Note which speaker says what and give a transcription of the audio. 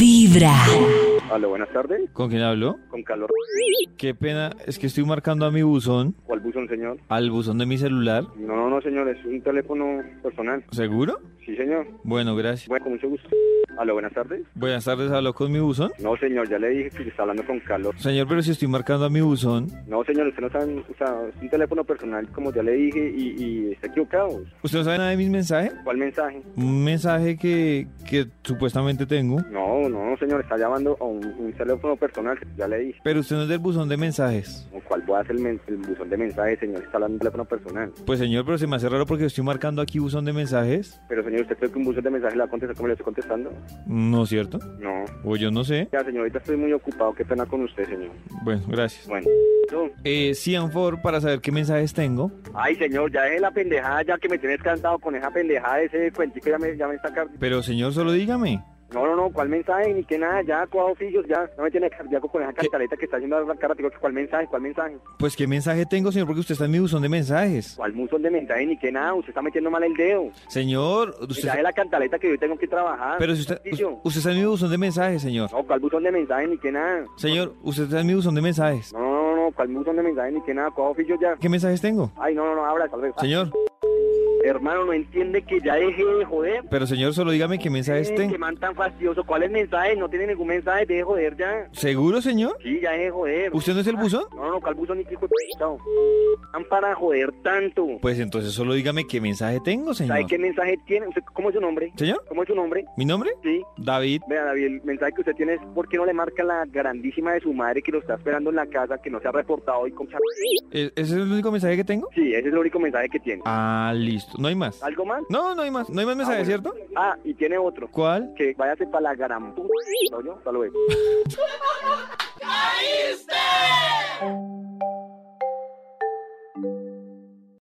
Speaker 1: Vibra.
Speaker 2: Hola, buenas tardes.
Speaker 3: ¿Con quién hablo?
Speaker 2: Con calor.
Speaker 3: Qué pena, es que estoy marcando a mi buzón,
Speaker 2: ¿Cuál buzón, señor?
Speaker 3: al buzón de mi celular.
Speaker 2: No, no, no, señor. Es un teléfono personal.
Speaker 3: ¿Seguro?
Speaker 2: Sí, señor.
Speaker 3: Bueno, gracias.
Speaker 2: Bueno, con mucho gusto. Hola, buenas tardes.
Speaker 3: Buenas tardes, hablo con mi buzón.
Speaker 2: No, señor, ya le dije que está hablando con calor.
Speaker 3: Señor, pero si estoy marcando a mi buzón,
Speaker 2: No, señor, usted no sabe. O sea, es un teléfono personal, como ya le dije, y, y está equivocado.
Speaker 3: ¿usted no sabe nada de mis mensajes?
Speaker 2: ¿Cuál mensaje?
Speaker 3: Un mensaje que, que supuestamente tengo.
Speaker 2: No, no, señor, está llamando a un, un teléfono personal, ya le dije.
Speaker 3: Pero usted no es del buzón de mensajes.
Speaker 2: ¿Con ¿Cuál voy a hacer el, men- el buzón de mensajes, señor? Está hablando de un teléfono personal.
Speaker 3: Pues señor, pero se me hace raro porque estoy marcando aquí buzón de mensajes.
Speaker 2: Pero, señor, ¿usted cree que un buzón de mensajes le va a contestar como le estoy contestando?
Speaker 3: ¿No es cierto?
Speaker 2: No.
Speaker 3: O yo no sé.
Speaker 2: Ya, señor, ahorita estoy muy ocupado. Qué pena con usted, señor.
Speaker 3: Bueno, gracias.
Speaker 2: Bueno. No.
Speaker 3: Eh, Cianfor, para saber qué mensajes tengo.
Speaker 2: Ay, señor, ya es la pendejada, ya que me tienes cansado con esa pendejada, ese cuentico ya me, ya me está car-
Speaker 3: Pero señor, solo dígame.
Speaker 2: No, no, no, ¿cuál mensaje? Ni que nada, ya, cuadro oficios, ya. No me tiene cardíaco con esa cantaleta que está haciendo la cara, digo, ¿cuál mensaje? ¿Cuál mensaje?
Speaker 3: Pues qué mensaje tengo, señor, porque usted está en mi buzón de mensajes.
Speaker 2: ¿Cuál musón de mensaje? Ni que nada, usted está metiendo mal el dedo.
Speaker 3: Señor,
Speaker 2: Y
Speaker 3: usted,
Speaker 2: Ya es la cantaleta que yo tengo que trabajar.
Speaker 3: pero si usted,
Speaker 2: Oficio.
Speaker 3: usted está en mi buzón de mensajes, señor.
Speaker 2: No, ¿cuál buzón de mensaje? Ni que nada.
Speaker 3: Señor, usted está en mi buzón de mensajes.
Speaker 2: No, no, no, no, ¿cuál buzón de mensaje? Ni que nada, cuadro oficios, ya.
Speaker 3: ¿Qué mensajes tengo?
Speaker 2: Ay, no, no, no, abra, tal vez.
Speaker 3: Señor,
Speaker 2: Hermano, no entiende que ya deje de joder.
Speaker 3: pero señor, solo dígame qué mensajes
Speaker 2: Que
Speaker 3: tengo.
Speaker 2: man tan fastidioso. ¿Cuál es mensaje? No tiene ningún mensaje, deje de joder ya.
Speaker 3: ¿Seguro, señor?
Speaker 2: Sí, ya es joder.
Speaker 3: ¿Usted no es el buzón?
Speaker 2: No, no, no, ¿cuál buzón ni qué hijo de puta, chao. Están para joder tanto.
Speaker 3: Pues entonces solo dígame qué mensaje tengo,
Speaker 2: ¿Sabe
Speaker 3: señor.
Speaker 2: qué mensaje tiene? ¿Usted, ¿Cómo es su nombre?
Speaker 3: Señor,
Speaker 2: ¿Cómo es su nombre?
Speaker 3: ¿mi nombre?
Speaker 2: Sí.
Speaker 3: David.
Speaker 2: Vea, David, el mensaje que usted tiene es ¿por qué no le marca la grandísima de su madre que lo está esperando en la casa, que no se ha reportado y con cha-
Speaker 3: ¿E- ¿Ese es el único mensaje que tengo?
Speaker 2: Sí, ese es el único mensaje que tiene.
Speaker 3: Ah, listo. No hay más.
Speaker 2: ¿Algo más?
Speaker 3: No, no hay más. No hay más mensajes,
Speaker 2: Ah, bueno.
Speaker 3: ¿cierto?
Speaker 2: Ah, y tiene otro.
Speaker 3: ¿Cuál?
Speaker 2: Que váyase para la gran puta. ¿no? Hasta luego.
Speaker 4: ¡Caíste!